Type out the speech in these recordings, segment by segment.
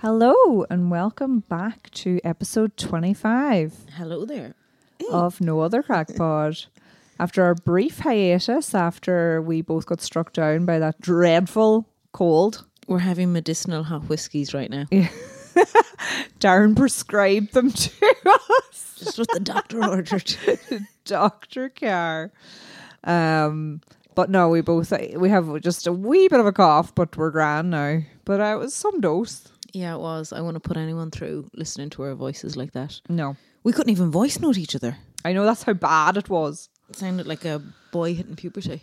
Hello, and welcome back to episode 25 Hello there. of No Other Crack Pod. After our brief hiatus, after we both got struck down by that dreadful cold, We're having medicinal hot whiskies right now. Darren prescribed them to us, Just what the doctor ordered. Dr. Carr. Um, but no, we both we have just a wee bit of a cough, but we're grand now. But uh, it was some dose. Yeah, it was. I want to put anyone through listening to our voices like that. No, We couldn't even voice note each other. I know that's how bad it was. It sounded like a boy hitting puberty.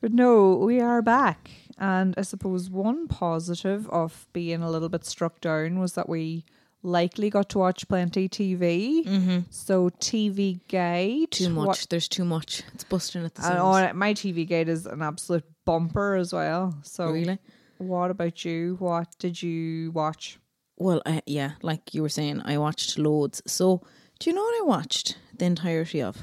But no, we are back. And I suppose one positive of being a little bit struck down was that we likely got to watch plenty TV. Mm-hmm. So TV Guide. Too much. what- There's too much. It's busting at the and seams. on- my TV Guide is an absolute bumper as well. So Really? what about you? What did you watch? Well, I, yeah, like you were saying, I watched loads. So, do you know what I watched the entirety of?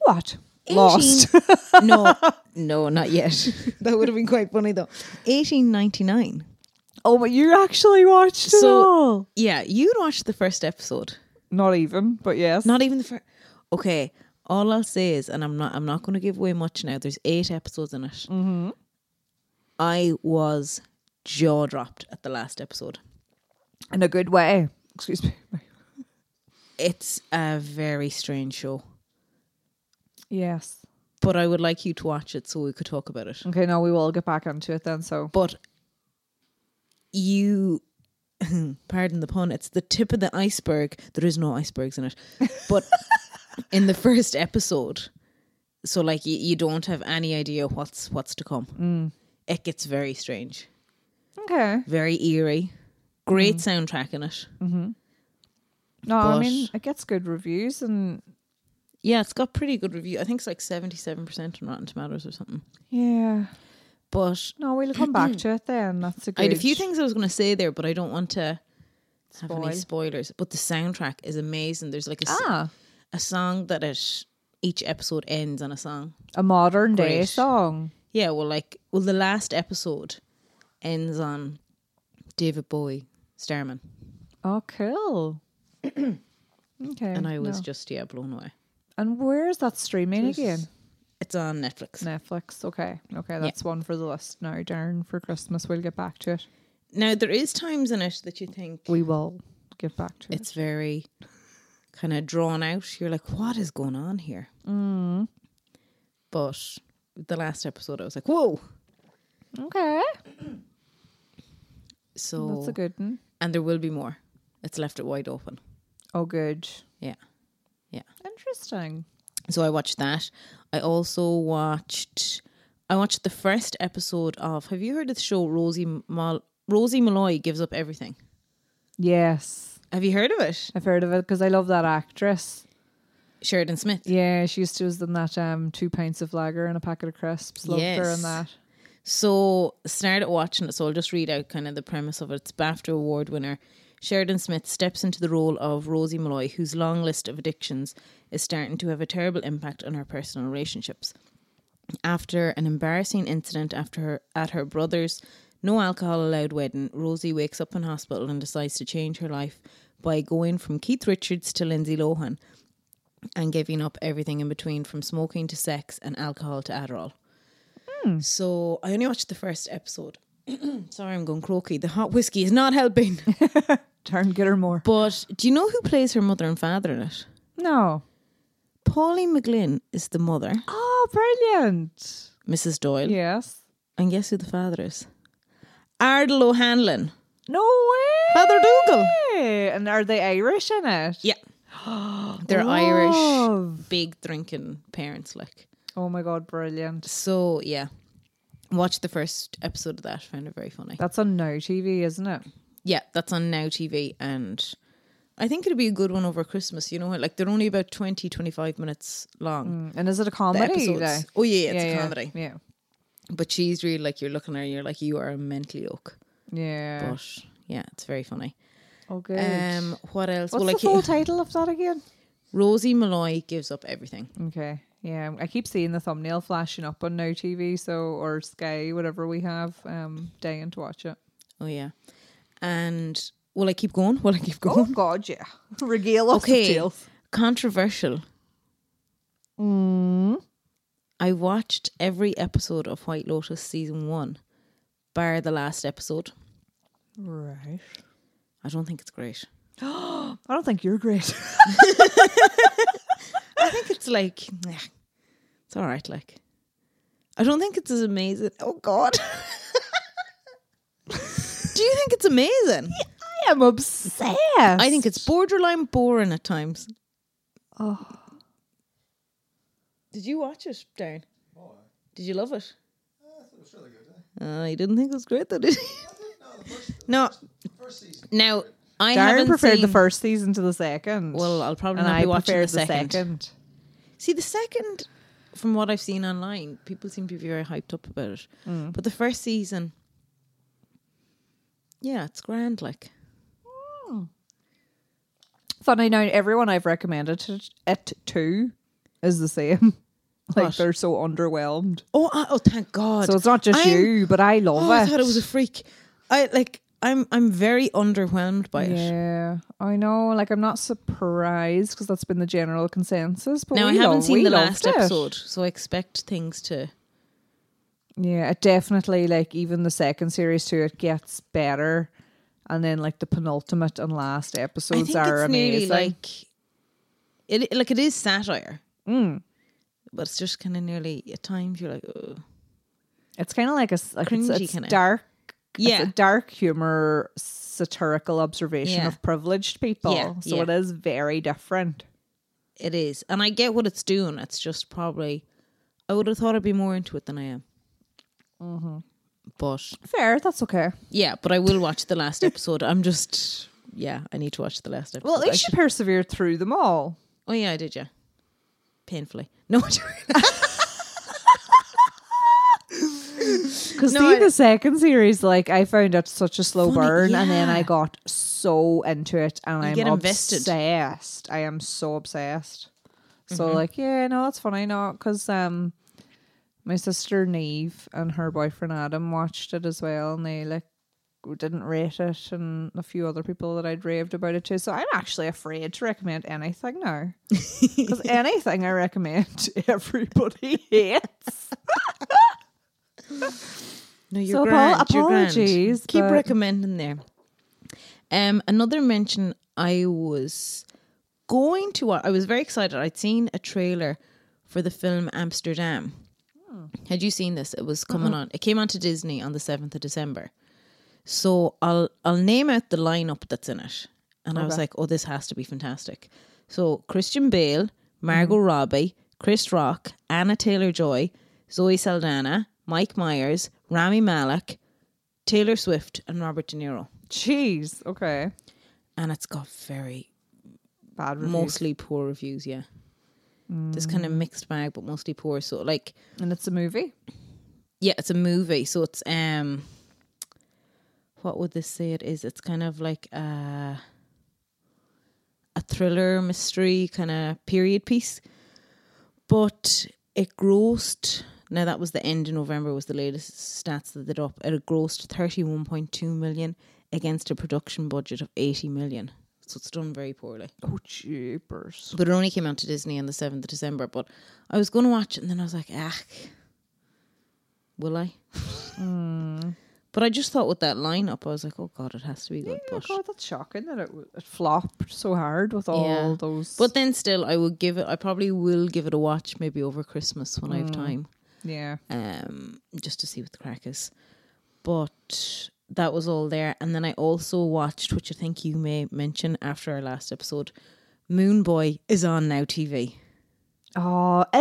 What? Lost. no, no, not yet. That would have been quite funny though. 1899. oh, but you actually watched it So- all. Yeah, you'd watched the first episode. Not even, but yes. Not even the first. Okay, all I'll say is, and I'm not, I'm not going to give away much now. There's eight episodes in it. Mm-hmm. I was jaw dropped at the last episode. In a good way. Excuse me. It's a very strange show, Yes. but I would like you to watch it so we could talk about it. Okay, no, we will get back onto it then. So But you, pardon the pun, it's the tip of the iceberg. There is no icebergs in it. But in the first episode, so like you, you don't have any idea what's what's to come. It gets very strange, Okay. very eerie. Great soundtrack in it. No, I But- mean it gets good reviews, and Yeah, it's got pretty good review. I think it's like seventy seven percent on Rotten Tomatoes or something. yeah. But No, we'll come back to it then. That's a good. I had a few things I was going to say there, but I don't want to have Spoil. any spoilers. But the soundtrack is amazing. There's like a s- Ah, a song that it each episode ends on a song. a modern day Great. song. Yeah, well, like well, the last episode ends on David Bowie, Starman, Oh, cool. okay. and I was no. just yeah blown away. And where's that streaming again? It's on Netflix Netflix. Okay. Okay, that's one for the list now, Darren. For Christmas, we'll get back to it. now. There is times in it that you think We will get back to it. it's very kind of drawn out. You're like, what is going on here? Mm. But the last episode, I was like, whoa. Okay. So That's a good one. and there will be more. It's left it wide open. Oh, good. Yeah. Yeah. Interesting. So I watched that. I also watched. I watched the first episode of. Have you heard of the show Rosie Mal- Rosie Malloy gives up everything? Yes, Have you heard of it? I've heard of it because I love that actress. Sheridan Smith. Yeah, she used to was in that um two pints of lager and a packet of crisps. Loved her Yes. and that. So started watching it. So I'll just read out kind of the premise of it. It's BAFTA award winner Sheridan Smith steps into the role of Rosie Malloy, whose long list of addictions is starting to have a terrible impact on her personal relationships. After an embarrassing incident after her, at her brother's no alcohol allowed wedding, Rosie wakes up in hospital and decides to change her life by going from Keith Richards to Lindsay Lohan and giving up everything in between from smoking to sex and alcohol to Adderall. So I only watched the first episode. Sorry, I'm going croaky. The hot whiskey is not helping. Turn get her more. but do you know who plays her mother and father in it? No. Pauline McGlynn is the mother, Oh, brilliant. Mrs. Doyle. Yes. And guess who the father is? Ardal O'Hanlon. No way. Father Dougal. And are they Irish in it? Yeah. They're Love. Irish, big drinking parents, like. Oh my god, brilliant. So, yeah. Watched the first episode of that. Found it very funny. That's on Now TV, isn't it? Yeah, that's on Now TV. And I think it'll be a good one over Christmas. You know what? Like, they're only about 20, 25 minutes long. Mm. And is it a the comedy? episodes. though? Oh yeah, yeah, it's yeah, a yeah, comedy. Yeah. But she's really like you're looking at her, you're like you are a mentally oak. Yeah. But yeah, it's very funny. oh good. Um, what else? What's well, the like full title of that again? Rosie Malloy gives up everything. Okay. Yeah, I keep seeing the thumbnail flashing up on Now TV, so or Sky, whatever we have, um, dying to watch it. Oh yeah, and will I keep going? Will I keep Oh going? God, yeah. Regale us with okay, tales. controversial. Mm. I watched every episode of White Lotus season one, bar the last episode. Right. I don't think it's great. I don't think you're great. I think it's like, eh, it's all right. Like, I don't think it's as amazing. Oh God, do you think it's amazing? I am obsessed. I think it's borderline boring at times. Oh. Did you watch it, Darren? Did you love it? Uh, you didn't think it was great, though, did you? no. Now I Darren haven't preferred seen, the first season to the second. Well, I'll probably and not I be watching preferred the second. second. See, the second, from what I've seen online, people seem to be very hyped up about it. Mm. But the first season, yeah, it's grand. Like, Funny now, everyone I've recommended it- it to is the same. Like What? they're so underwhelmed. oh, I, oh, thank God! So it's not just I'm- you, but I love Oh, it. I thought it was a freak. I like. I'm I'm very underwhelmed by it. yeah, I know. Like I'm not surprised because that's been the general consensus. But Now I we haven't lo- we seen the loved last it. episode, so I expect things to. Yeah, it definitely like even the second series too. It gets better, and then like the penultimate and last I episodes think are it's nearly amazing. like it. Like it is satire, Mm. but it's just kind of nearly at times you're like, Ugh. It's kind of like a s- like it's- Cringy it's kinda. dark. Yeah. it's a dark humor, satirical observation Yeah. of privileged people. Yeah, so yeah. it is very different. it is, and I get what it's doing. It's just probably I would have thought I'd be more into it than I am. Mm-hmm. But Fair, that's okay. yeah, but I will watch the last episode. I'm just yeah, I need to watch the last episode. Well, at I least you persevered through them all. Oh yeah, I did. Yeah, painfully. No, Because No, see, I- the second series, like I found it such a slow Funny, burn, and then yeah. I got so into it, and I'm get invested. obsessed. I am so obsessed. So Mm-hmm. like, yeah, no, that's funny, not because um, my sister Neve and her boyfriend Adam watched it as well, and they like didn't rate it, and a few other people that I'd raved about it too. So I'm actually afraid to recommend anything now, because anything I recommend, everybody hates. no, you're So, Paul, grand. you're grand. apologies, Keep but- recommending there. Um, another mention. I was going to. wa- I was very excited. I'd seen a trailer for the film Amsterdam. Had you seen this? It was coming on. It came onto Disney on the seventh of December. So I'll I'll name out the lineup that's in it, and I was like, oh, this has to be fantastic. So Christian Bale, Margot Robbie, Chris Rock, Anna Taylor Joy, Zoe Saldana, Mike Myers, Rami Malek, Taylor Swift, and Robert De Niro. Jeez, okay, And it's got very bad reviews. mostly poor reviews. Yeah, this kind of mixed bag, but mostly poor. So like, and it's a movie. yeah, it's a movie, so it's um what would this say it is? It's kind of like a a thriller mystery kind of period piece. But it grossed now that was the end of November was the latest stats that they did up. It grossed thirty one point two million against a production budget of eighty million. So it's done very poorly. Oh, jeepers. But it only came out to Disney on the 7th of December. But I was going to watch it and then I was like, ah, will I? Hmm. But I just thought with that lineup, I was like, oh God, it has to be good. Oh, but, God, that's shocking that it, w- it flopped so hard with all Yeah. those. but then still, I would give it, I probably will give it a watch maybe over Christmas when I have time, yeah. um, just to see what the crack is. But that was all there. And then I also watched, which I think you may mention after our last episode, Moon Boy is on Now TV. Oh, is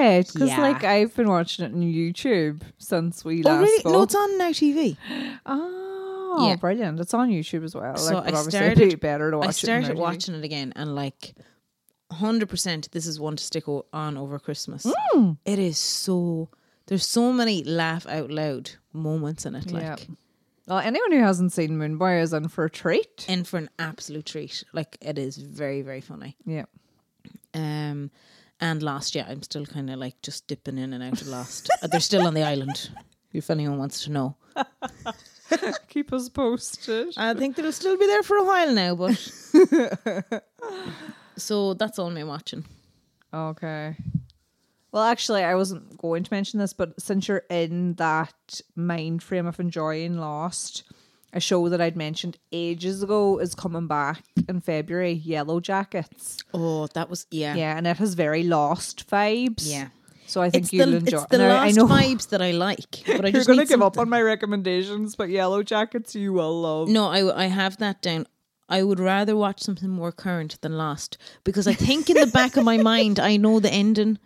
it? Because Yeah. like I've been watching it on YouTube since we last spoke. Oh, No, it's on Now TV. oh, Yeah. brilliant! It's on YouTube as well. So like, but I obviously it'd started- be better to watch I it. started on watching it again and like 100% this is one to stick o- on over Christmas. It is so there's so many laugh out loud moments in it Yeah. like YouTube. Well, anyone who hasn't seen Moon Boy is in for a treat. in for an absolute treat. Like it is very very funny. Yeah. Um and last year I'm still kind of like just dipping in and out of Lost. Uh, They're still on the island. If anyone wants to know. Keep us posted. I think it'll still be there for a while now, but. so that's all my watching. Okay. Well, actually, I wasn't going to mention this, but since you're in that mind frame of enjoying Lost, a show that I'd mentioned ages ago is coming back in February Yellow Jackets. Oh, that was. Yeah. Yeah, and it has very Lost vibes. Yeah. So I think It's you'll the, enjoy it's the Now, last I know vibes that I like. But I you're just going to need give up something- on my recommendations, but Yellow Jackets you will love. No, I, w- I have that down. I would rather watch something more current than Lost because I think in the back of my mind I know the ending,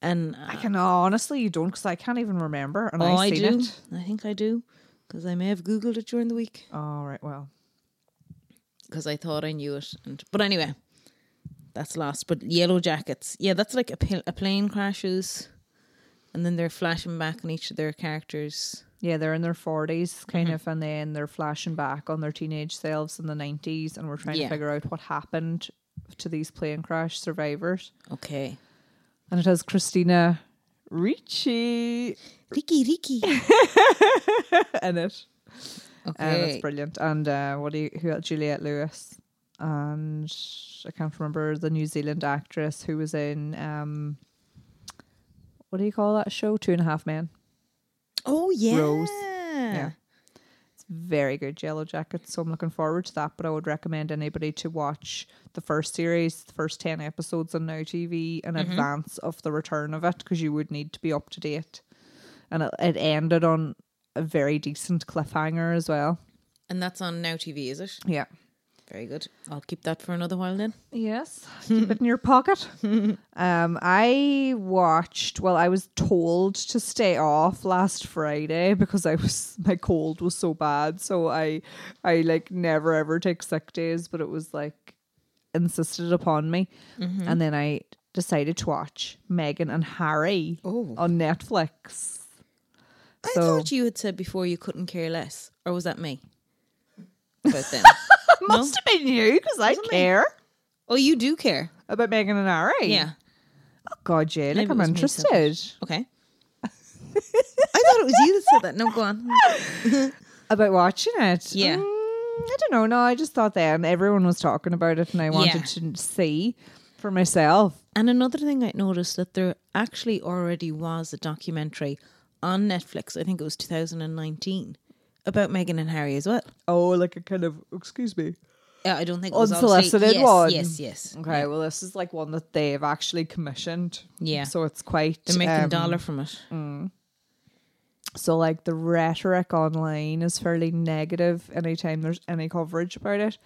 and uh, I can honestly, you don't, because I can't even remember, and oh, I I've seen do. it. I think I do because I may have googled it during the week All right, well, because I thought I knew it. And but anyway, that's Lost. But Yellow Jackets, yeah, that's like a, pil- a plane crashes, and then they're flashing back on each of their characters. yeah, they're in their forties, kind of, and then they're flashing back on their teenage selves in the nineties, and we're trying Yeah. to figure out what happened to these plane crash survivors. Okay, And it has Christina Ricci Ricky, Ricky. in it, and Okay, it's brilliant. And uh, what do you, who else? Juliette Lewis, and I can't remember the New Zealand actress who was in um, what do you call that show? Two and a Half Men. oh yeah. Rose. Yeah. It's very good Yellow Jackets, so I'm looking forward to that. But I would recommend anybody to watch the first series, the first 10 episodes on Now TV in advance of the return of it because you would need to be up to date. And it, it ended on a very decent cliffhanger as well. And that's on Now TV, is it? Yeah. Very good. I'll keep that for another while then. Yes, keep it in your pocket. um, I watched. Well, I was told to stay off last Friday because I was my cold was so bad. So I, I like never ever take sick days, but it was like insisted upon me, and then I decided to watch Meghan and Harry Oh. on Netflix. I So- thought you had said before you couldn't care less, or was that me? About them. Must have been you because I care Oh, you do care. about Meghan and Harry. Yeah. Oh, God, yeah. Like Maybe it I'm was me, so- interested. Okay. I thought it was you that said that. No, go on. about watching it. Yeah. Mm, I don't know. No, I just thought then everyone was talking about it and I wanted Yeah. to see for myself. And another thing I noticed that there actually already was a documentary on Netflix. I think it was 2019 about Meghan and Harry as well. Oh, like a kind of, excuse me. Yeah, I don't think it was Unsolicited obviously- yes, one. Yes, yes. Okay, well, this is like one that they've actually commissioned. Yeah. So it's quite. They're making um, a dollar from it. So, like, the rhetoric online is fairly negative anytime there's any coverage about it.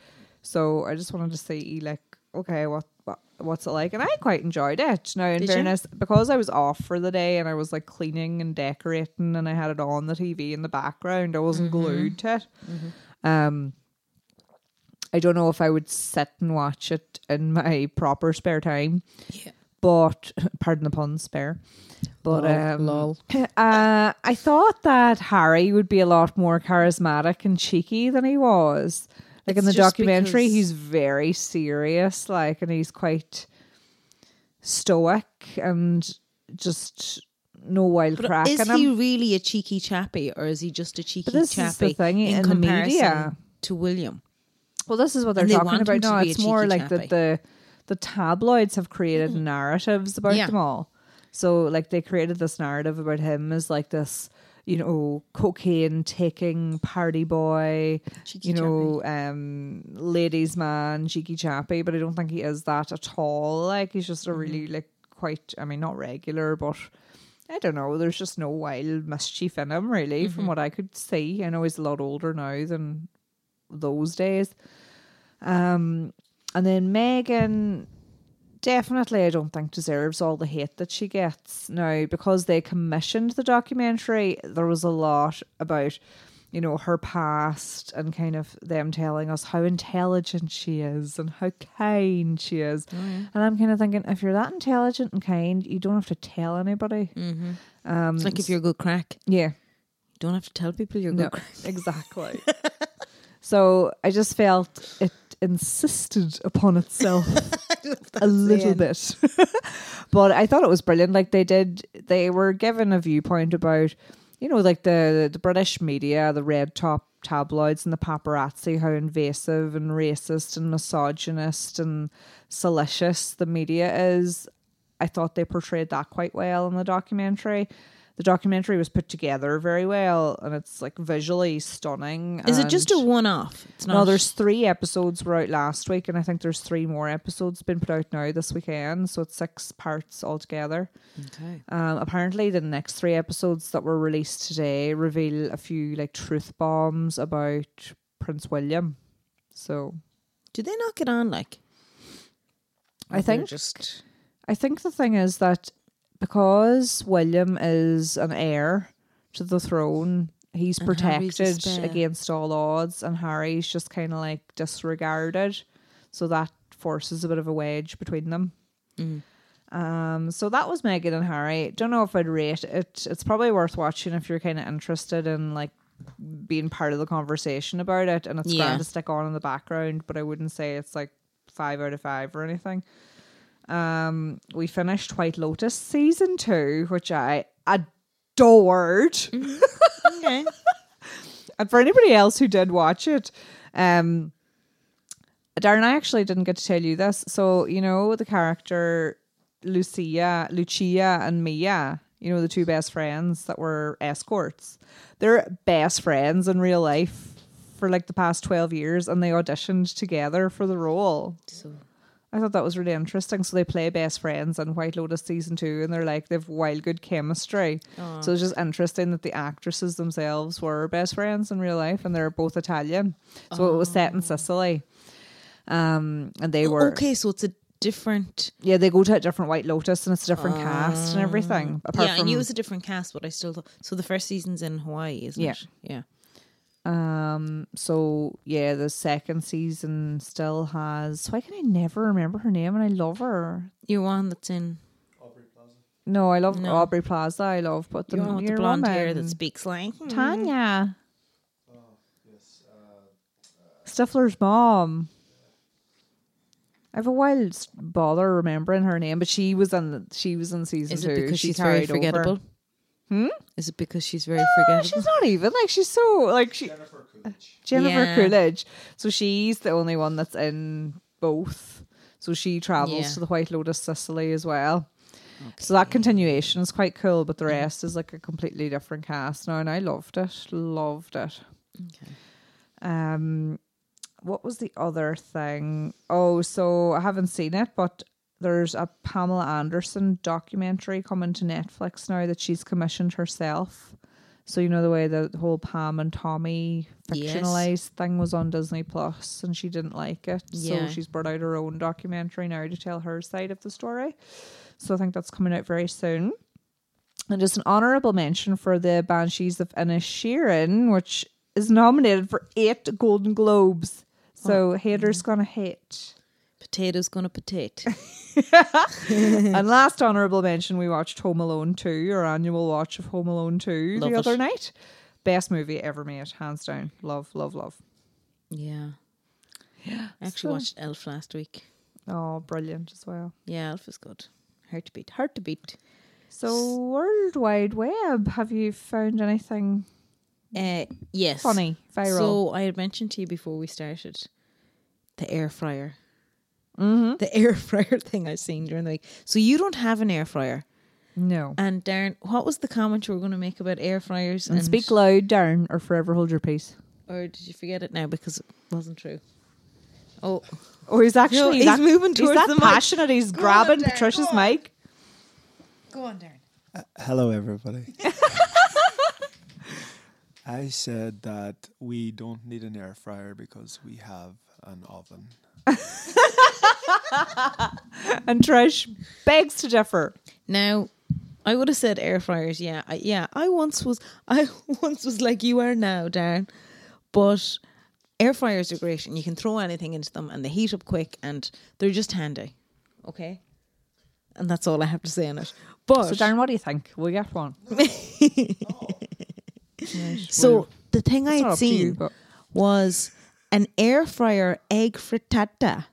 So, I just wanted to see, like, okay, what, what what's it like? And I quite enjoyed it. Now, in Did you? fairness, because I was off for the day and I was like cleaning and decorating and I had it on the TV in the background, I wasn't Mm-hmm. glued to it. Um, I don't know if I would sit and watch it in my proper spare time, Yeah. but pardon the pun, spare. But Lol, um, lol. uh, I thought that Harry would be a lot more charismatic and cheeky than he was. Like in It's the just documentary, because- he's very serious, like, and he's quite stoic and just no wild crack Is in he him. really a cheeky chappy, or is he just a cheeky this is the chappy thing, in, in the comparison media- to William? Well, this is what they're And they talking want him about to now. be a It's more cheeky like chappy. that the the tabloids have created narratives about Yeah. them all. So, like, they created this narrative about him as like this, you know, cocaine taking party boy, Cheeky you know, um, ladies man, cheeky chappy. But I don't think he is that at all. Like, he's just a really like quite. I mean, not regular, but. I don't know. There's just no wild mischief in him, really, from what I could see. I know he's a lot older now than those days. Um, and then Megan definitely, I don't think, deserves all the hate that she gets. Now, because they commissioned the documentary, there was a lot about, you know, her past and kind of them telling us how intelligent she is and how kind she is. And I'm kind of thinking, if you're that intelligent and kind, you don't have to tell anybody. Um, It's like if you're a good crack, yeah. you don't have to tell people you're a good No, crack. exactly. so I just felt it insisted upon itself a little bit. but I thought it was brilliant. Like they did, they were given a viewpoint about, you know, like the the British media, the red top tabloids and the paparazzi how invasive and racist and misogynist and salacious the media is. I thought they portrayed that quite well in the documentary. The documentary was put together very well, and it's like visually stunning. Is it just a one off? It's No, there's three episodes were out last week, and I think there's three more episodes been put out now this weekend. So it's six parts altogether. Okay. Um, apparently, the next three episodes that were released today reveal a few like truth bombs about Prince William. So Do they not get on like? I Or they're think- just I think the thing is that because William is an heir to the throne, he's And Harry's a protected spare. against all odds, and Harry's just kind of like disregarded. So that forces a bit of a wedge between them. Um, so that was Meghan and Harry. Don't know if I'd rate it. It's probably worth watching if you're kind of interested in like being part of the conversation about it. And it's Yeah. grand to stick on in the background, but I wouldn't say it's like five out of five or anything. Um, we finished White Lotus season two, which I adored. okay. And for anybody else who did watch it, um, Darren, I actually didn't get to tell you this. So you know the character Lucia, Lucia, and Mia. You know the two best friends that were escorts. They're best friends in real life for like the past twelve years, and they auditioned together for the role. So I thought that was really interesting. So they play best friends on White Lotus season two, and they're like they've wild good chemistry. So it's just interesting that the actresses themselves were best friends in real life, and they're both Italian. So it was set in Sicily, um, and they were Oh. okay, so it's a different. yeah they go to a different White Lotus, and it's a different cast and everything. Apart Oh. yeah, from I knew it was a different cast, but I still thought. So the first season's in Hawaii, isn't Yeah. it? Yeah. Um. So yeah, the second season still has. Why can I never remember her name? And I love her. You're one that's in. No, I love Aubrey Plaza. I love, but the, You're one with the your blonde hair woman- that speaks like. hmm. Tanya. Mm-hmm. Stifler's mom. I have a wild s- bother remembering her name, but she was on she was in season Is two. it because she she's very carried over. Hmm? forgettable? Is it because she's very No, forgettable? she's not even like she's so like she Jennifer Coolidge. Jennifer Yeah. Coolidge. So she's the only one that's in both. So she travels Yeah. to the White Lotus Sicily as well. So that continuation is quite cool, but the rest is like a completely different cast now, and I loved it. Loved it. Okay. Um, what was the other thing? Oh, so I haven't seen it, but there's a Pamela Anderson documentary coming to Netflix now that she's commissioned herself. So you know the way the whole Pam and Tommy Yes. fictionalized thing was on Disney Plus, and she didn't like it, Yeah. so she's brought out her own documentary now to tell her side of the story. So I think that's coming out very soon. And just an honourable mention for the Banshees of Inisherin, which is nominated for eight Golden Globes. So Oh, haters gonna hate. Potato's gonna potato. and last honourable mention, we watched Home Alone Two, our annual watch of Home Alone Two Love the it. other night. Best movie ever made, hands down. Love, love, love. yeah. Yeah. I actually watched Elf last week. Oh, brilliant as well. Yeah, Elf is good. Hard to beat. Hard to beat. So World Wide Web, have you found anything Uh, yes. Mm. funny, viral? So I had mentioned to you before we started the air fryer. Mm-hmm. The air fryer thing I've seen during the week. So you don't have an air fryer. no. And Darren, what was the comment you were going to make about air fryers? And, speak loud, Darren, or forever hold your peace. Or did you forget it now because it wasn't true? Oh, Oh, he's actually he's that- moving towards he's that the mic. passionate. He's grabbing Darren, Patricia's go on. mic. go on, Darren. Hello, everybody. I said that we don't need an air fryer because we have an oven. And Trish begs to differ. Now, I would have said air fryers. Yeah, I, yeah. I once was. I once was like you are now, Darren. But air fryers are great, and you can throw anything into them, and they heat up quick, and they're just handy. Okay, and that's all I have to say on it. But So, Darren, what do you think? We'll get one. so the thing I It's not had up to you, seen but- was an air fryer egg frittata.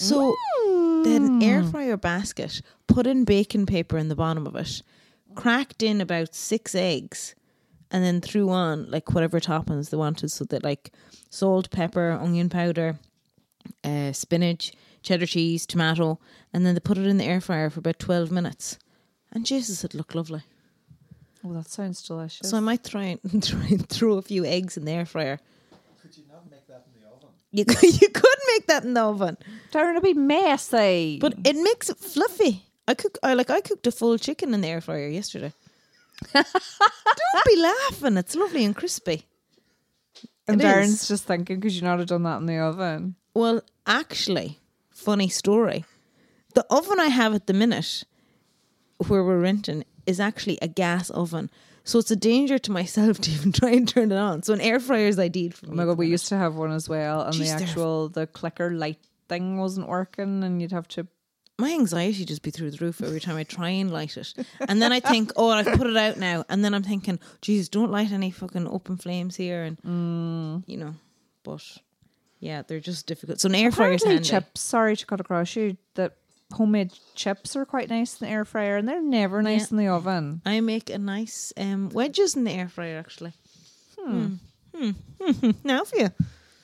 So they had an air fryer basket, put in baking paper in the bottom of it, cracked in about six eggs, and then threw on like whatever toppings they wanted. So that like salt, pepper, onion powder, uh, spinach, cheddar cheese, tomato, and then they put it in the air fryer for about twelve minutes. And Jesus, it looked lovely. Oh, that sounds delicious. So I might try and, try and throw a few eggs in the air fryer. Could you not make that in the oven? You could, you could make that in the oven, Darren would be messy. but it makes it fluffy. I cook, I like, I cooked a full chicken in the air fryer yesterday. Don't be laughing; it's lovely and crispy. and it Darren's is. just thinking, could you not have done that in the oven? Well, actually, funny story. The oven I have at the minute, where we're renting, is actually a gas oven. So it's a danger to myself to even try and turn it on. So an air fryer is ideal for me. Oh my god, we used to have one as well, and Jeez, the they're- actual the clicker light thing wasn't working, and you'd have to. my anxiety just be through the roof every time I try and light it. And then I think, oh, I've put it out now. And then I'm thinking, geez, don't light any fucking open flames here. And, you know, but yeah, they're just difficult. So an air fryer is Apparently, handy. chips. Sorry to cut across you. That homemade chips are quite nice in the air fryer, and they're never nice in the oven. I make a nice um, wedges in the air fryer, actually. Hmm. Hmm. now for you.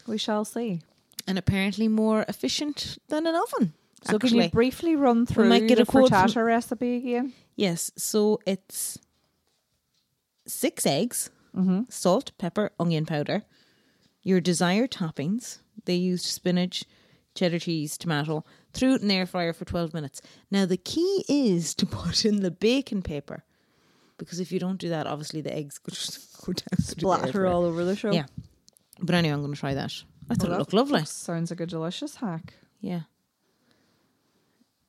We shall see. And apparently more efficient than an oven. So actually. can you briefly run through might get the a quote from- frittata recipe again? Yes. So it's six eggs, salt, pepper, onion powder, your desired toppings. They used spinach, cheddar cheese, tomato. Threw it in the air fryer for 12 minutes. Now, the key is to put in the baking paper because if you don't do that, obviously the eggs could just go down. through the air Blatter fryer. all Oh, over the show. Yeah. But anyway, I'm going to try that. I thought Well, it that looked lovely. Sounds like a delicious hack. Yeah.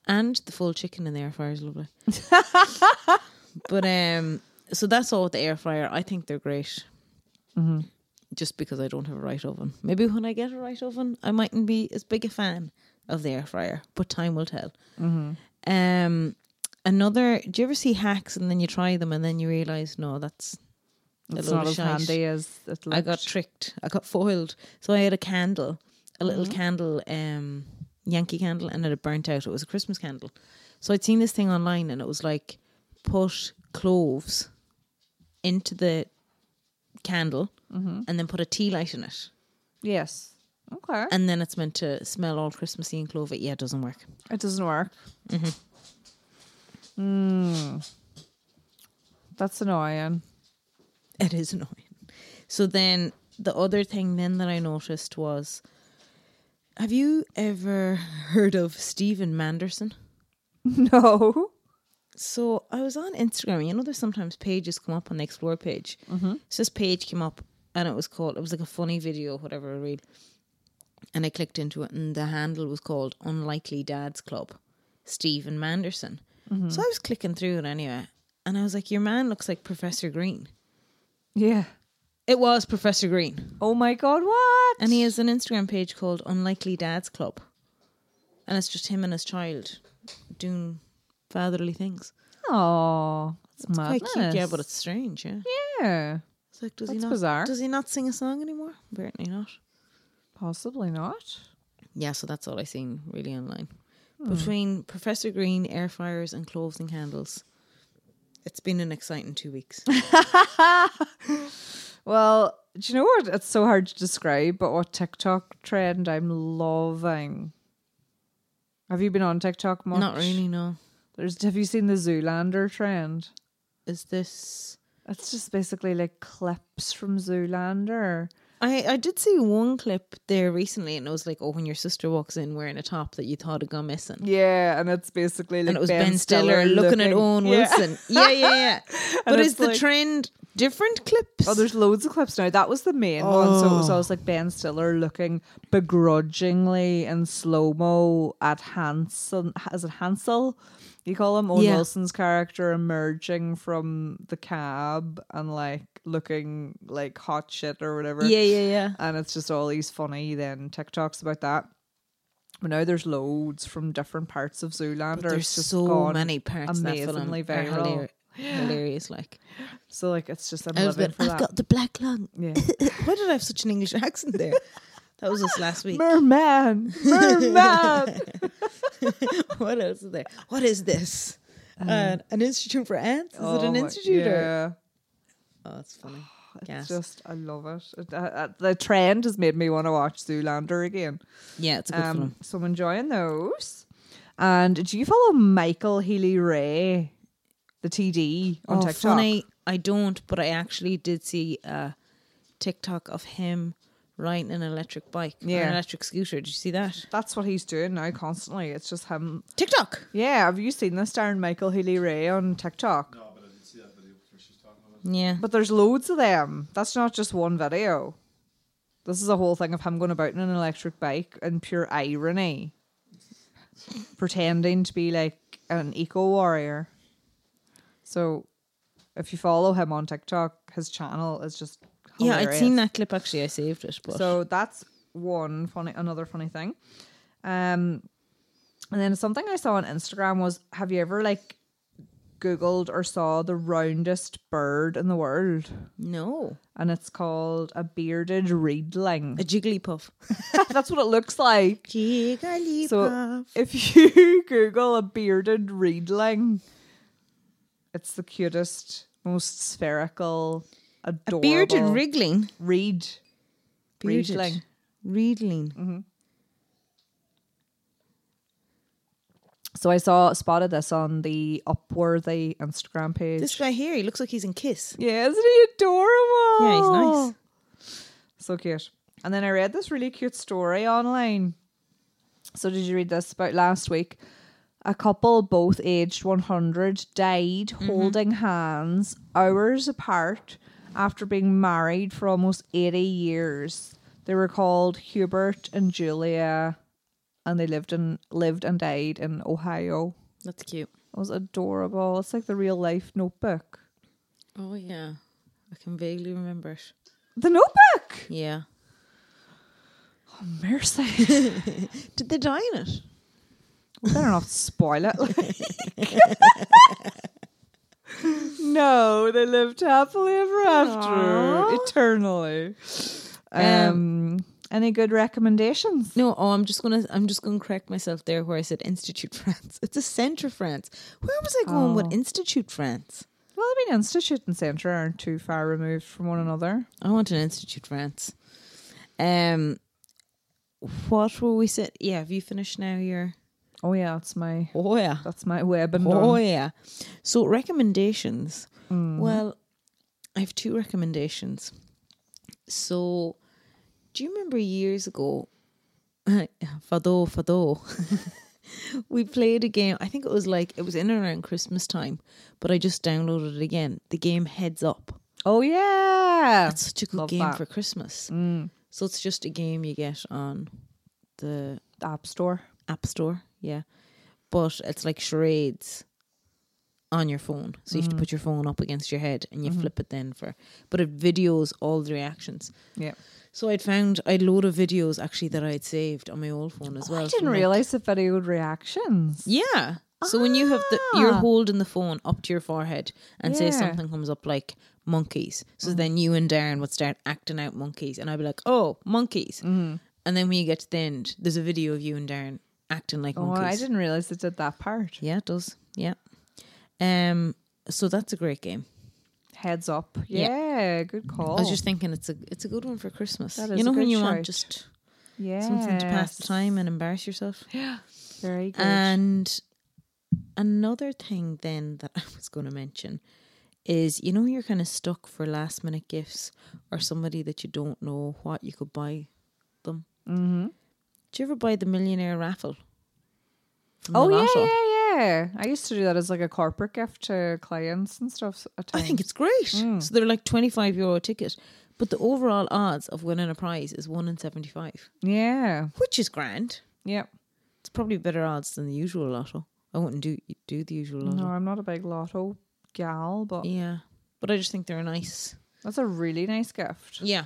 And the full chicken in the air fryer is lovely. but um so that's all with the air fryer. I think they're great. Just because I don't have a right oven. Maybe when I get a right oven, I mightn't be as big a fan of the air fryer, but time will tell. Mm-hmm. Um another do you ever see hacks and then you try them and then you realise no, that's a It's load not of as shite. handy as it I got looked. tricked. I got foiled. So I had a candle, a little candle, um, Yankee candle, and it had burnt out. It was a Christmas candle. So I'd seen this thing online, and it was like put cloves into the candle, and then put a tea light in it, Yes. Okay. and then it's meant to smell all Christmassy and clovey. Yeah, it doesn't work. It doesn't work. Mm-hmm. That's annoying. It is annoying. So then the other thing then that I noticed was. Have you ever heard of Stephen Manderson? No. So I was on Instagram. You know, there's sometimes pages come up on the explore page. Mm-hmm. So this page came up, and it was called. It was like a funny video, whatever I read. And I clicked into it, and the handle was called Unlikely Dad's Club, Stephen Manderson. So I was clicking through it anyway, and I was like, "Your man looks like Professor Green." Yeah. It was Professor Green, Oh my god, what? and he has an Instagram page called Unlikely Dad's Club, and it's just him and his child doing fatherly things. Oh, that's Quite madness. cute, yeah, but it's strange, yeah. yeah. It's like, does he That's not? bizarre. Does he not sing a song anymore? Apparently not. Possibly not. Yeah, so that's all I seen really online. Between Professor Green, air fryers, and cloves and candles, it's been an exciting two weeks. Well, do you know what? It's so hard to describe, but what TikTok trend I'm loving. Have you been on TikTok much? not really. No, There's. Have you seen the Zoolander trend? is this? It's just basically like clips from Zoolander. I I did see one clip there recently, and it was like, oh, when your sister walks in wearing a top that you thought had gone missing. Yeah, and it's basically like and it was Ben, Stiller, looking, at Owen Yeah. Wilson. Yeah, yeah, yeah. but it's is the like- trend different clips? Oh, there's loads of clips now. That was the main one. So it was always like Ben Stiller looking begrudgingly in slow mo at Hansel. Is it Hansel? You call him Owen Yeah. Wilson's character emerging from the cab and like looking like hot shit or whatever. yeah, yeah, yeah. And it's just all these funny then TikToks about that. But now there's loads from different parts of Zoolander. There's It's just so gone many parts in that film amazingly are viral. hilar- hilarious. Like So like it's just I'm I was living like, for I've that. got the black lung. yeah. Why did I have such an English accent there? That was us last week. Merman, merman. what else is there? Um, Oh What is this? Uh, an institute for ants? Is it an institute? Or? Yeah. Oh, that's funny. It's Gas. just, I love it. It- uh, uh, the trend has made me want to watch Zoolander again. Yeah, it's a good film. Um, so I'm enjoying those. And do you follow Michael Healy Ray, the TD on oh, TikTok? funny. I don't, but I actually did see a TikTok of him riding an electric bike, or Yeah. an electric scooter. Did you see that That's what he's doing now constantly. It's just him. TikTok? Yeah, have you seen this Darren Michael Healy Ray on TikTok? Yeah, But there's loads of them. That's not just one video. This is a whole thing of him going about in an electric bike in pure irony, pretending to be like an eco warrior. So, if you follow him on TikTok, his channel is just yeah. I'd seen hilarious. that clip actually. I saved it, but So that's one funny, another funny thing. Um, and then something I saw on Instagram was, have you ever like googled or saw the roundest bird in the world? no, And it's called a bearded reedling. a jigglypuff. that's what it looks like. Jigglypuff. So if you Google a bearded reedling, it's the cutest, most spherical, adorable bearded wriggling. reed. Bearded. Mm-hmm. Reedling. Reedling. So I saw spotted this on the Upworthy Instagram page. This guy here, he looks like he's in Kiss. yeah, isn't he adorable? Yeah, he's nice. So cute. And then I read this really cute story online. So did you read this about last week? A couple, both aged 100, died Mm-hmm. holding hands hours apart after being married for almost 80 years. They were called Hubert and Julia, and they lived and lived and died in Ohio. That's cute. It was adorable. It's like the real life notebook. Oh yeah, I can vaguely remember it. The notebook! Yeah. Mercy. Did they die in it? We better not spoil it. Like. no, they lived happily ever after, eternally. Um, any good recommendations? No. Oh, I'm just gonna. I'm just gonna correct myself there where I said Institute France. It's a Centre France. Where was I going with Institute France? Well, I mean, Institute and Centre aren't too far removed from one another. I want an Institute France. Um, what were we said? Yeah. Have you finished now? Your Oh yeah, that's my oh yeah. that's my web and Oh done. yeah. So recommendations. Mm. Well, I have two recommendations. So, do you remember years ago? Fado, Fado. we played a game. I think it was like it was in and around Christmas time, but I just downloaded it again. The game Heads Up. Oh yeah, That's such a good Love game that. Mm. for Christmas. So it's just a game you get on the the App Store. App Store, yeah. But it's like charades on your phone. So you Mm. have to put your phone up against your head and you Mm-hmm. flip it then for but it videos all the reactions. Yeah, So I'd found I'd load of videos actually that I had saved on my old phone as well. Oh, I from, didn't like- realize the videoed reactions. Yeah. So when you have the you're Ah. holding the phone up to your forehead and say Yeah. Mm-hmm. something comes up like monkeys. So then you and Darren would start acting out monkeys and I'd be like, Oh, monkeys Mm-hmm. And then when you get to the end, there's a video of you and Darren acting like Oh, monkeys. I didn't realize it did that part. Yeah, it does. Yeah. Um. So that's a great game. Heads up. Yeah. Yeah, good call. I was just thinking it's a it's a good one for Christmas. Oh. That is a you know when good you want shout. just yeah something to pass the time and embarrass yourself. Very good. And another thing then that I was going to mention is you know you're kind of stuck for last minute gifts or somebody that you don't know what you could buy them. mm-hmm. Do you ever buy the millionaire raffle? from the Oh Lotto? yeah, yeah, yeah. I used to do that as like a corporate gift to clients and stuff. At I times. think it's great. So they're like 25 euro a ticket, but the overall odds of winning a prize is 1 in 75, Yeah, which is grand. yeah. It's probably better odds than the usual lotto. I wouldn't do do the usual lotto. No, I'm not a big lotto gal, but Yeah. But I just think they're nice. that's a really nice gift. Yeah.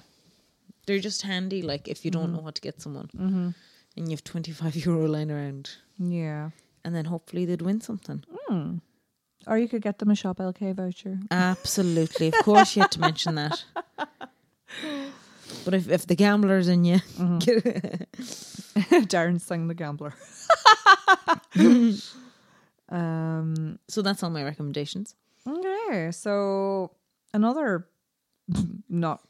They're just handy like if you don't know what to get someone. Mm-hmm. And you have 25 euro lying around Yeah. and then hopefully they'd win something. Or you could get them a shop LK voucher. Absolutely. Of course you had to mention that. But if, if the gambler's in you, Darren sing the gambler. um. so that's all my recommendations. Okay, so another not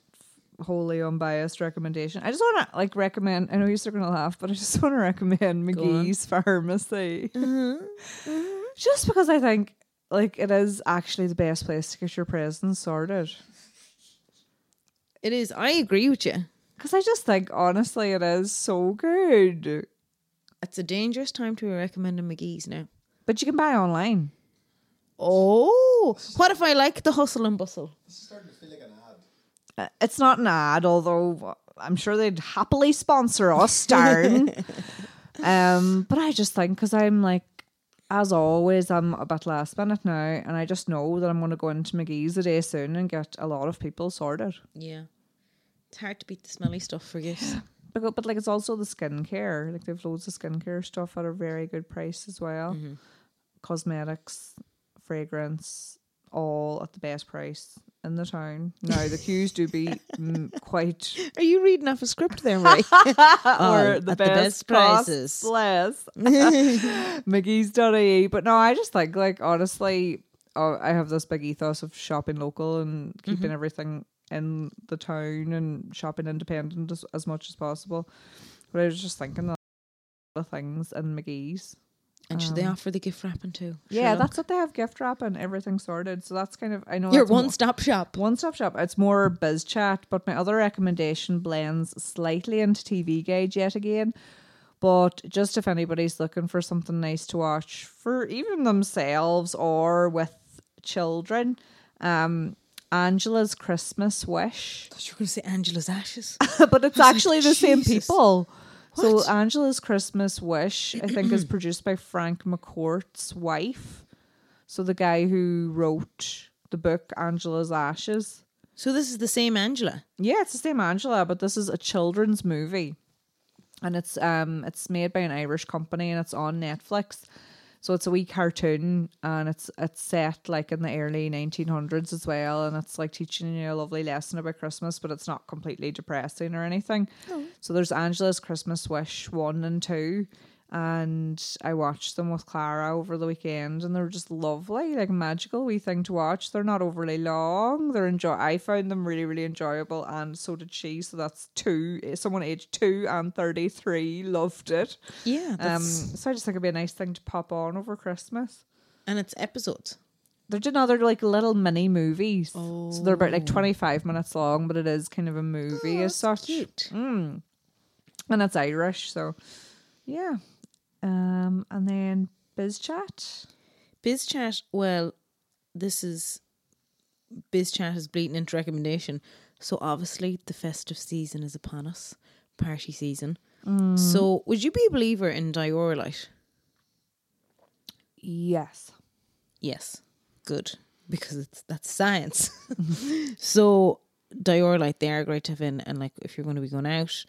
wholly unbiased recommendation. I just want to like recommend. I know you're still gonna laugh, but I just want to recommend McGee's Pharmacy. just because I think like it is actually the best place to get your presents sorted. It is. I agree with you. Because I just think honestly, it is so good. It's a dangerous time to be recommending McGee's now. But you can buy online. Oh, what if I like the hustle and bustle? Uh, It's not an ad, although uh, I'm sure they'd happily sponsor us, darn. um, but I just think because I'm like, as always, I'm a bit last minute now, and I just know that I'm going to go into McGee's a day soon and get a lot of people sorted. Yeah, it's hard to beat the smelly stuff for gifts. But, but like, it's also the skincare. Like, they've loads of skincare stuff at a very good price as well. Cosmetics, fragrance, all at the best price in the town. Now, the queues do be mm, quite Are you reading off a script there, Marie? Oh, or Um, the at best, cost Less. McGee's.ie. But no, I just think, like, honestly, oh, I have this big ethos of shopping local and keeping everything in the town and shopping independent as, as much as possible. But I was just thinking that the things in McGee's. And should they offer the gift wrapping too? Um, Yeah, that's what they have gift wrap and everything sorted. So that's kind of, I know your that's a mo- one stop shop. one stop shop. It's more biz chat, but my other recommendation blends slightly into TV Guide yet again. But just if anybody's looking for something nice to watch for even themselves or with children, um, Angela's Christmas Wish. You're going to say Angela's Ashes. but it's actually the same Jesus. people. So Angela's Christmas Wish, I think, is produced by Frank McCourt's wife. So the guy who wrote the book Angela's Ashes. so this is the same Angela. Yeah, it's the same Angela, but this is a children's movie. And it's um it's made by an Irish company and it's on Netflix. So it's a wee cartoon and it's it's set like in the early 1900s as well and it's like teaching you a lovely lesson about Christmas but it's not completely depressing or anything. So there's Angela's Christmas Wish 1 and 2 and I watched them with Clara over the weekend and they were just lovely, like a magical wee thing to watch. They're not overly long. They're enjoy I found them really, really enjoyable and so did she. So that's two eh, someone aged two and thirty three loved it. Yeah, Um that's, so I just think it'd be a nice thing to pop on over Christmas. and it's episodes. They're doing other like little mini movies. So they're about like Oh. twenty five minutes long, but it is kind of a movie as such. Cute. and that's Irish. So, yeah. Um, and then biz chat. Biz chat. Well, this is biz chat is bleeding into recommendation. So obviously the festive season is upon us, party season. So would you be a believer in diorolite? Yes. Yes, good because it's that's science. so diorolite they are great to have in, and like if you're going to be going out,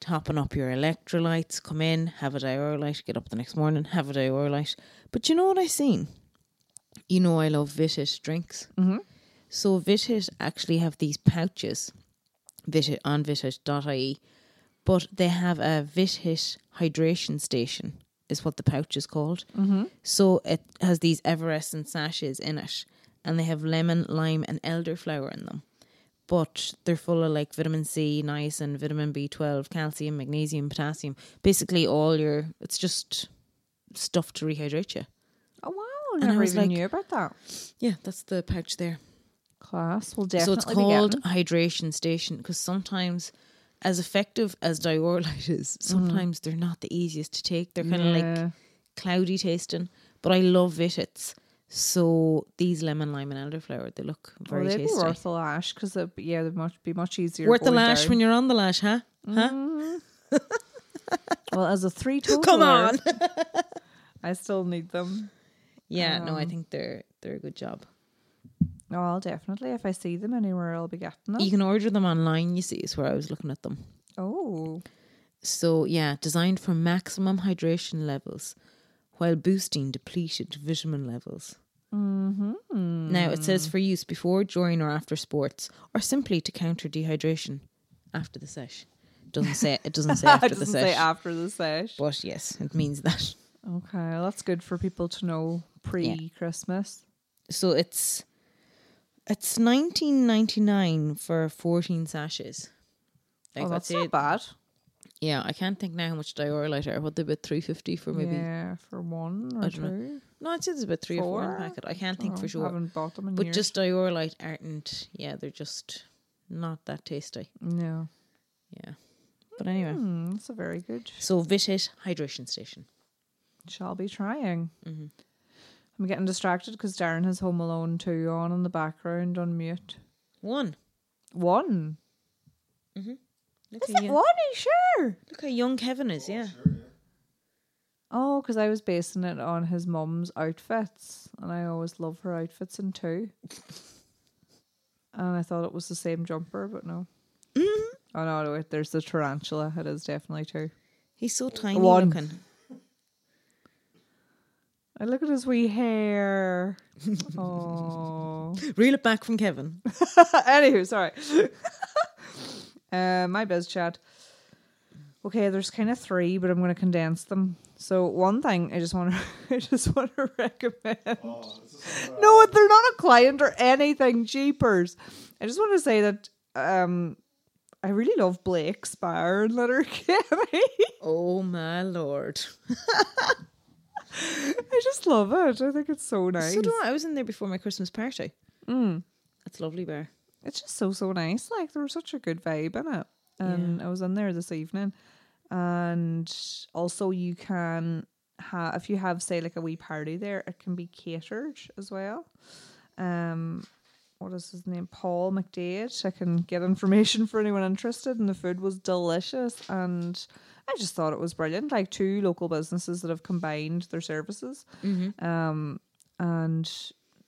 topping up your electrolytes, come in, have a diorolite, get up the next morning, have a diorolite. But you know what I seen? You know I love Vitit drinks. Mm-hmm. So Vitit actually have these pouches, Vitit E, on Vitit.ie, but they have a Vitit hydration station. Is what the pouch is called. So it has these Everescent sashes in it, and they have lemon, lime, and elderflower in them. But they're full of like vitamin C, niacin, vitamin B12, calcium, magnesium, potassium. Basically, all your it's just stuff to rehydrate you. Oh wow! I Never was even like- knew about that. Yeah, that's the pouch there. Class. We'll definitely so it's called be getting. hydration station because sometimes, as effective as diorolite is, sometimes they're not the easiest to take. They're kind of like Mm. Yeah. cloudy tasting, but I love Vitits. So these lemon, lime, and elderflower, they look Well, very Oh, they'd be tasty. worth the lash because yeah, they'd much be much easier. Worth the going lash down. when you're on the lash, huh? Huh? well as a three total. Come on. I still need them. Yeah, no, Um. I think they're they're a good job. No, I'll definitely if I see them anywhere, I'll be getting them. You can order them online, you see, is where I was looking at them. oh, So yeah, designed for maximum hydration levels while boosting depleted vitamin levels. Mm-hmm. Now it says for use before, during, or after sports, or simply to counter dehydration after the sesh. Doesn't say it doesn't say after it doesn't the sesh, say after the sesh. but yes, it means that. Okay, well, that's good for people to know pre-Christmas. So it's It's nineteen ninety nine for fourteen sashes. Like oh, that's it. not bad. Yeah, I can't think now how much diorolite are. What they about three fifty for maybe? Yeah, for one or I two. dunno. No, I'd say there's about three or four in Four? a packet. I can't think Oh, for sure. haven't bought them in But years. just diorolite aren't. Yeah, they're just not that tasty. no. Yeah. But anyway, Hmm, that's a very good. so Vitit hydration station. Shall be trying. I'm getting distracted because Darren has Home Alone 2 on in the background on mute. One. One. Look, Is how it young, one? Are you sure? look how young Kevin is. Yeah. Oh, because I was basing it on his mum's outfits, and I always love her outfits in two. and I thought it was the same jumper, but no. oh no, wait, there's the tarantula. It is definitely two. He's so tiny One. looking. I look at his wee hair. oh. Reel it back from Kevin. Anywho, sorry. uh, my biz chat. Okay, there's kind of three, but I'm going to condense them. So one thing I just want to, I just want to recommend. no, they're not a client or anything. Jeepers! I just want to say that um, I really love Blake Spire and Letterkenny. Oh my lord. I just love it. I think it's so nice. So do I. I was in there before my Christmas party. Hmm. Mm. That's lovely bar. it's just so so nice. Like there was such a good vibe in it, and I was in there this evening. And also, you can have if you have say like a wee party there, it can be catered as well. Um, what is his name? Paul McDade. I can get information for anyone interested, and the food was delicious. And I just thought it was brilliant. Like two local businesses that have combined their services um, and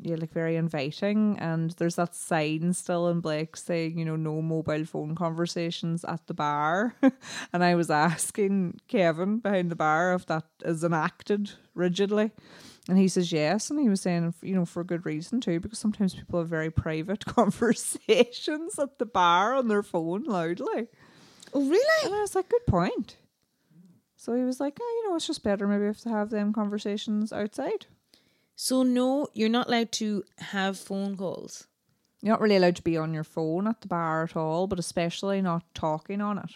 yeah, like very inviting. And there's that sign still in Blake saying, you know, no mobile phone conversations at the bar. and I was asking Kevin behind the bar if that is enacted rigidly. And he says yes, and he was saying, you know, for good reason too, because sometimes people have very private conversations at the bar on their phone loudly. Oh really? And I was like, good point. So he was like, oh, you know, it's just better maybe if to have them conversations outside. So no, you're not allowed to have phone calls. You're not really allowed to be on your phone at the bar at all, but especially not talking on it.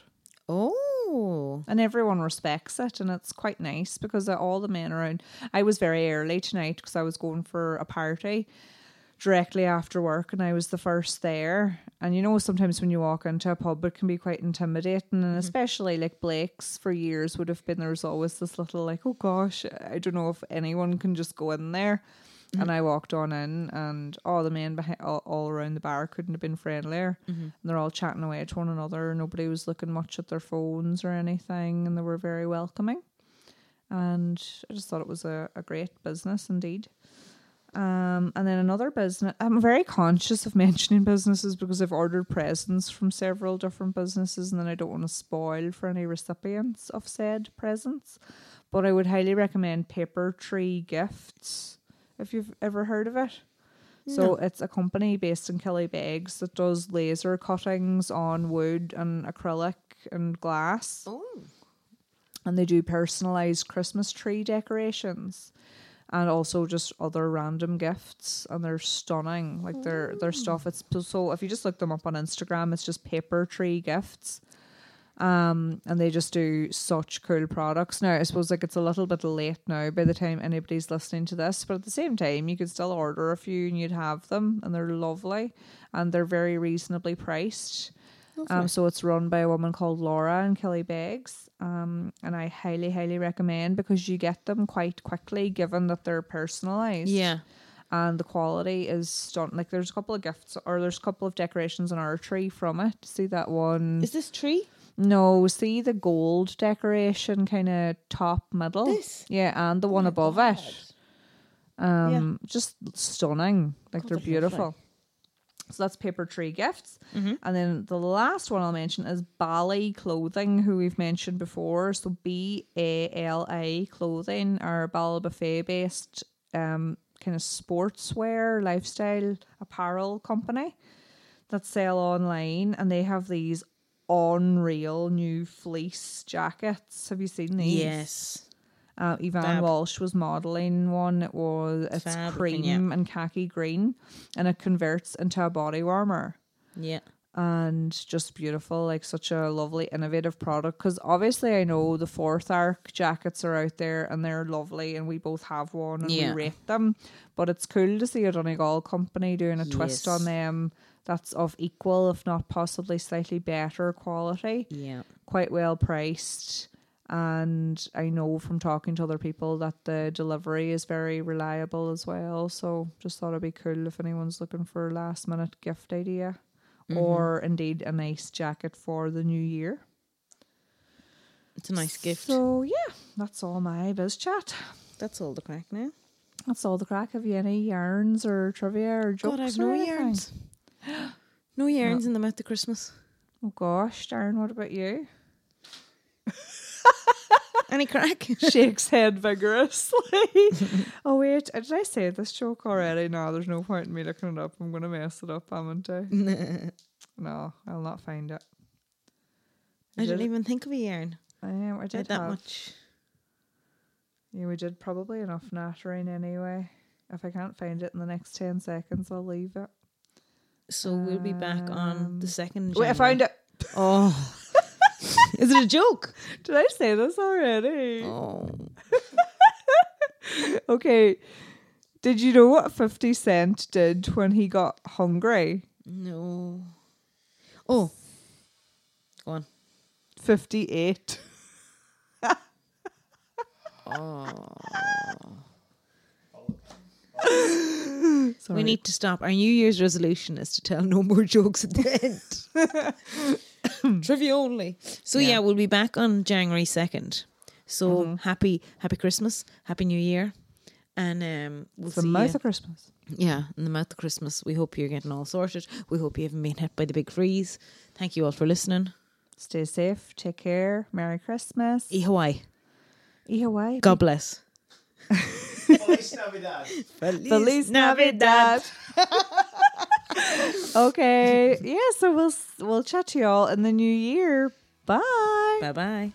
Oh. And everyone respects it, and it's quite nice because uh, all the men around. I was very early tonight because I was going for a party directly after work, and I was the first there. And you know, sometimes when you walk into a pub, it can be quite intimidating, and especially like Blake's for years would have been there was always this little like, oh gosh, I don't know if anyone can just go in there. And I walked on in, and all the men behind, all, all around the bar couldn't have been friendlier. And they're all chatting away at one another. Nobody was looking much at their phones or anything, and they were very welcoming. And I just thought it was a, a great business indeed. Um, and then another business. I'm very conscious of mentioning businesses because I've ordered presents from several different businesses, and then I don't want to spoil for any recipients of said presents. But I would highly recommend Paper Tree Gifts if you've ever heard of it. So it's a company based in Killybegs that does laser cuttings on wood and acrylic and glass Oh. and they do personalized Christmas tree decorations and also just other random gifts and they're stunning like their their stuff it's so if you just look them up on Instagram it's just paper tree gifts um and they just do such cool products now I suppose like it's a little bit late now by the time anybody's listening to this but at the same time you could still order a few and you'd have them and they're lovely and they're very reasonably priced um, so it's run by a woman called Laura and Kelly Beggs. Um, and I highly, highly recommend because you get them quite quickly, given that they're personalized. Yeah. And the quality is stunning. Like there's a couple of gifts or there's a couple of decorations on our tree from it. See that one? Is this tree? No, see the gold decoration kind of top middle. This? Yeah, and the one above it. Um, just stunning. Like they're they're lovely. beautiful. So that's paper tree gifts, and then the last one I'll mention is Bally Clothing, who we've mentioned before. So B A L I Clothing are Buffet based um, kind of sportswear, lifestyle, apparel company that sell online, and they have these unreal new fleece jackets. Have you seen these? Yes. Uh, Yvonne Fab. Walsh was modeling one. It was it's Fab looking, cream yeah. and khaki green, and it converts into a body warmer Yeah. and just beautiful, like such a lovely, innovative product. Because obviously, I know the fourth arc jackets are out there and they're lovely, and we both have one and Yeah. we rate them. But it's cool to see a Donegal company doing a twist Yes. on them that's of equal, if not possibly slightly better quality, Yeah. quite well priced. And I know from talking to other people that the delivery is very reliable as well. So just thought it'd be cool if anyone's looking for a last minute gift idea Mm-hmm. or indeed a nice jacket for the new year. It's a nice gift. So yeah, that's all my biz chat. That's all the crack now. That's all the crack. Have you any yarns or trivia or jokes? God, I've or no anything? yarns. no yarns in the mouth of Christmas. Oh gosh, Darren, what about you? Any crack? Shakes head vigorously. oh wait, did I say this joke already? No, there's no point in me looking it up. I'm gonna mess it up, haven't I? no, I'll not find it. I did didn't even think of a yarn. Um, I I did had that have- much. Yeah, we did probably enough nattering anyway. If I can't find it in the next ten seconds, I'll leave it. So we'll be back on the second. Wait, I found it. Oh, is it a joke? Did I say this already? Oh, Okay. Did you know what 50 Cent did when he got hungry? No. Oh. Go on. 58. Oh. Sorry. We need to stop. Our New Year's resolution is to tell no more jokes at the end. Trivia only. So yeah. Mm-hmm. we'll be back on January second. So happy, happy Christmas, happy New Year, and um, we'll the see ya. mouth of Christmas. Yeah, in the mouth of Christmas. We hope you're getting all sorted. We hope you haven't been hit by the big freeze. Thank you all for listening. Stay safe. Take care. Merry Christmas. E Hawaii. E- away. God bless. Feliz Navidad. Feliz Navidad. okay. Yeah, so we'll we'll chat to y'all in the new year. Bye. Bye bye.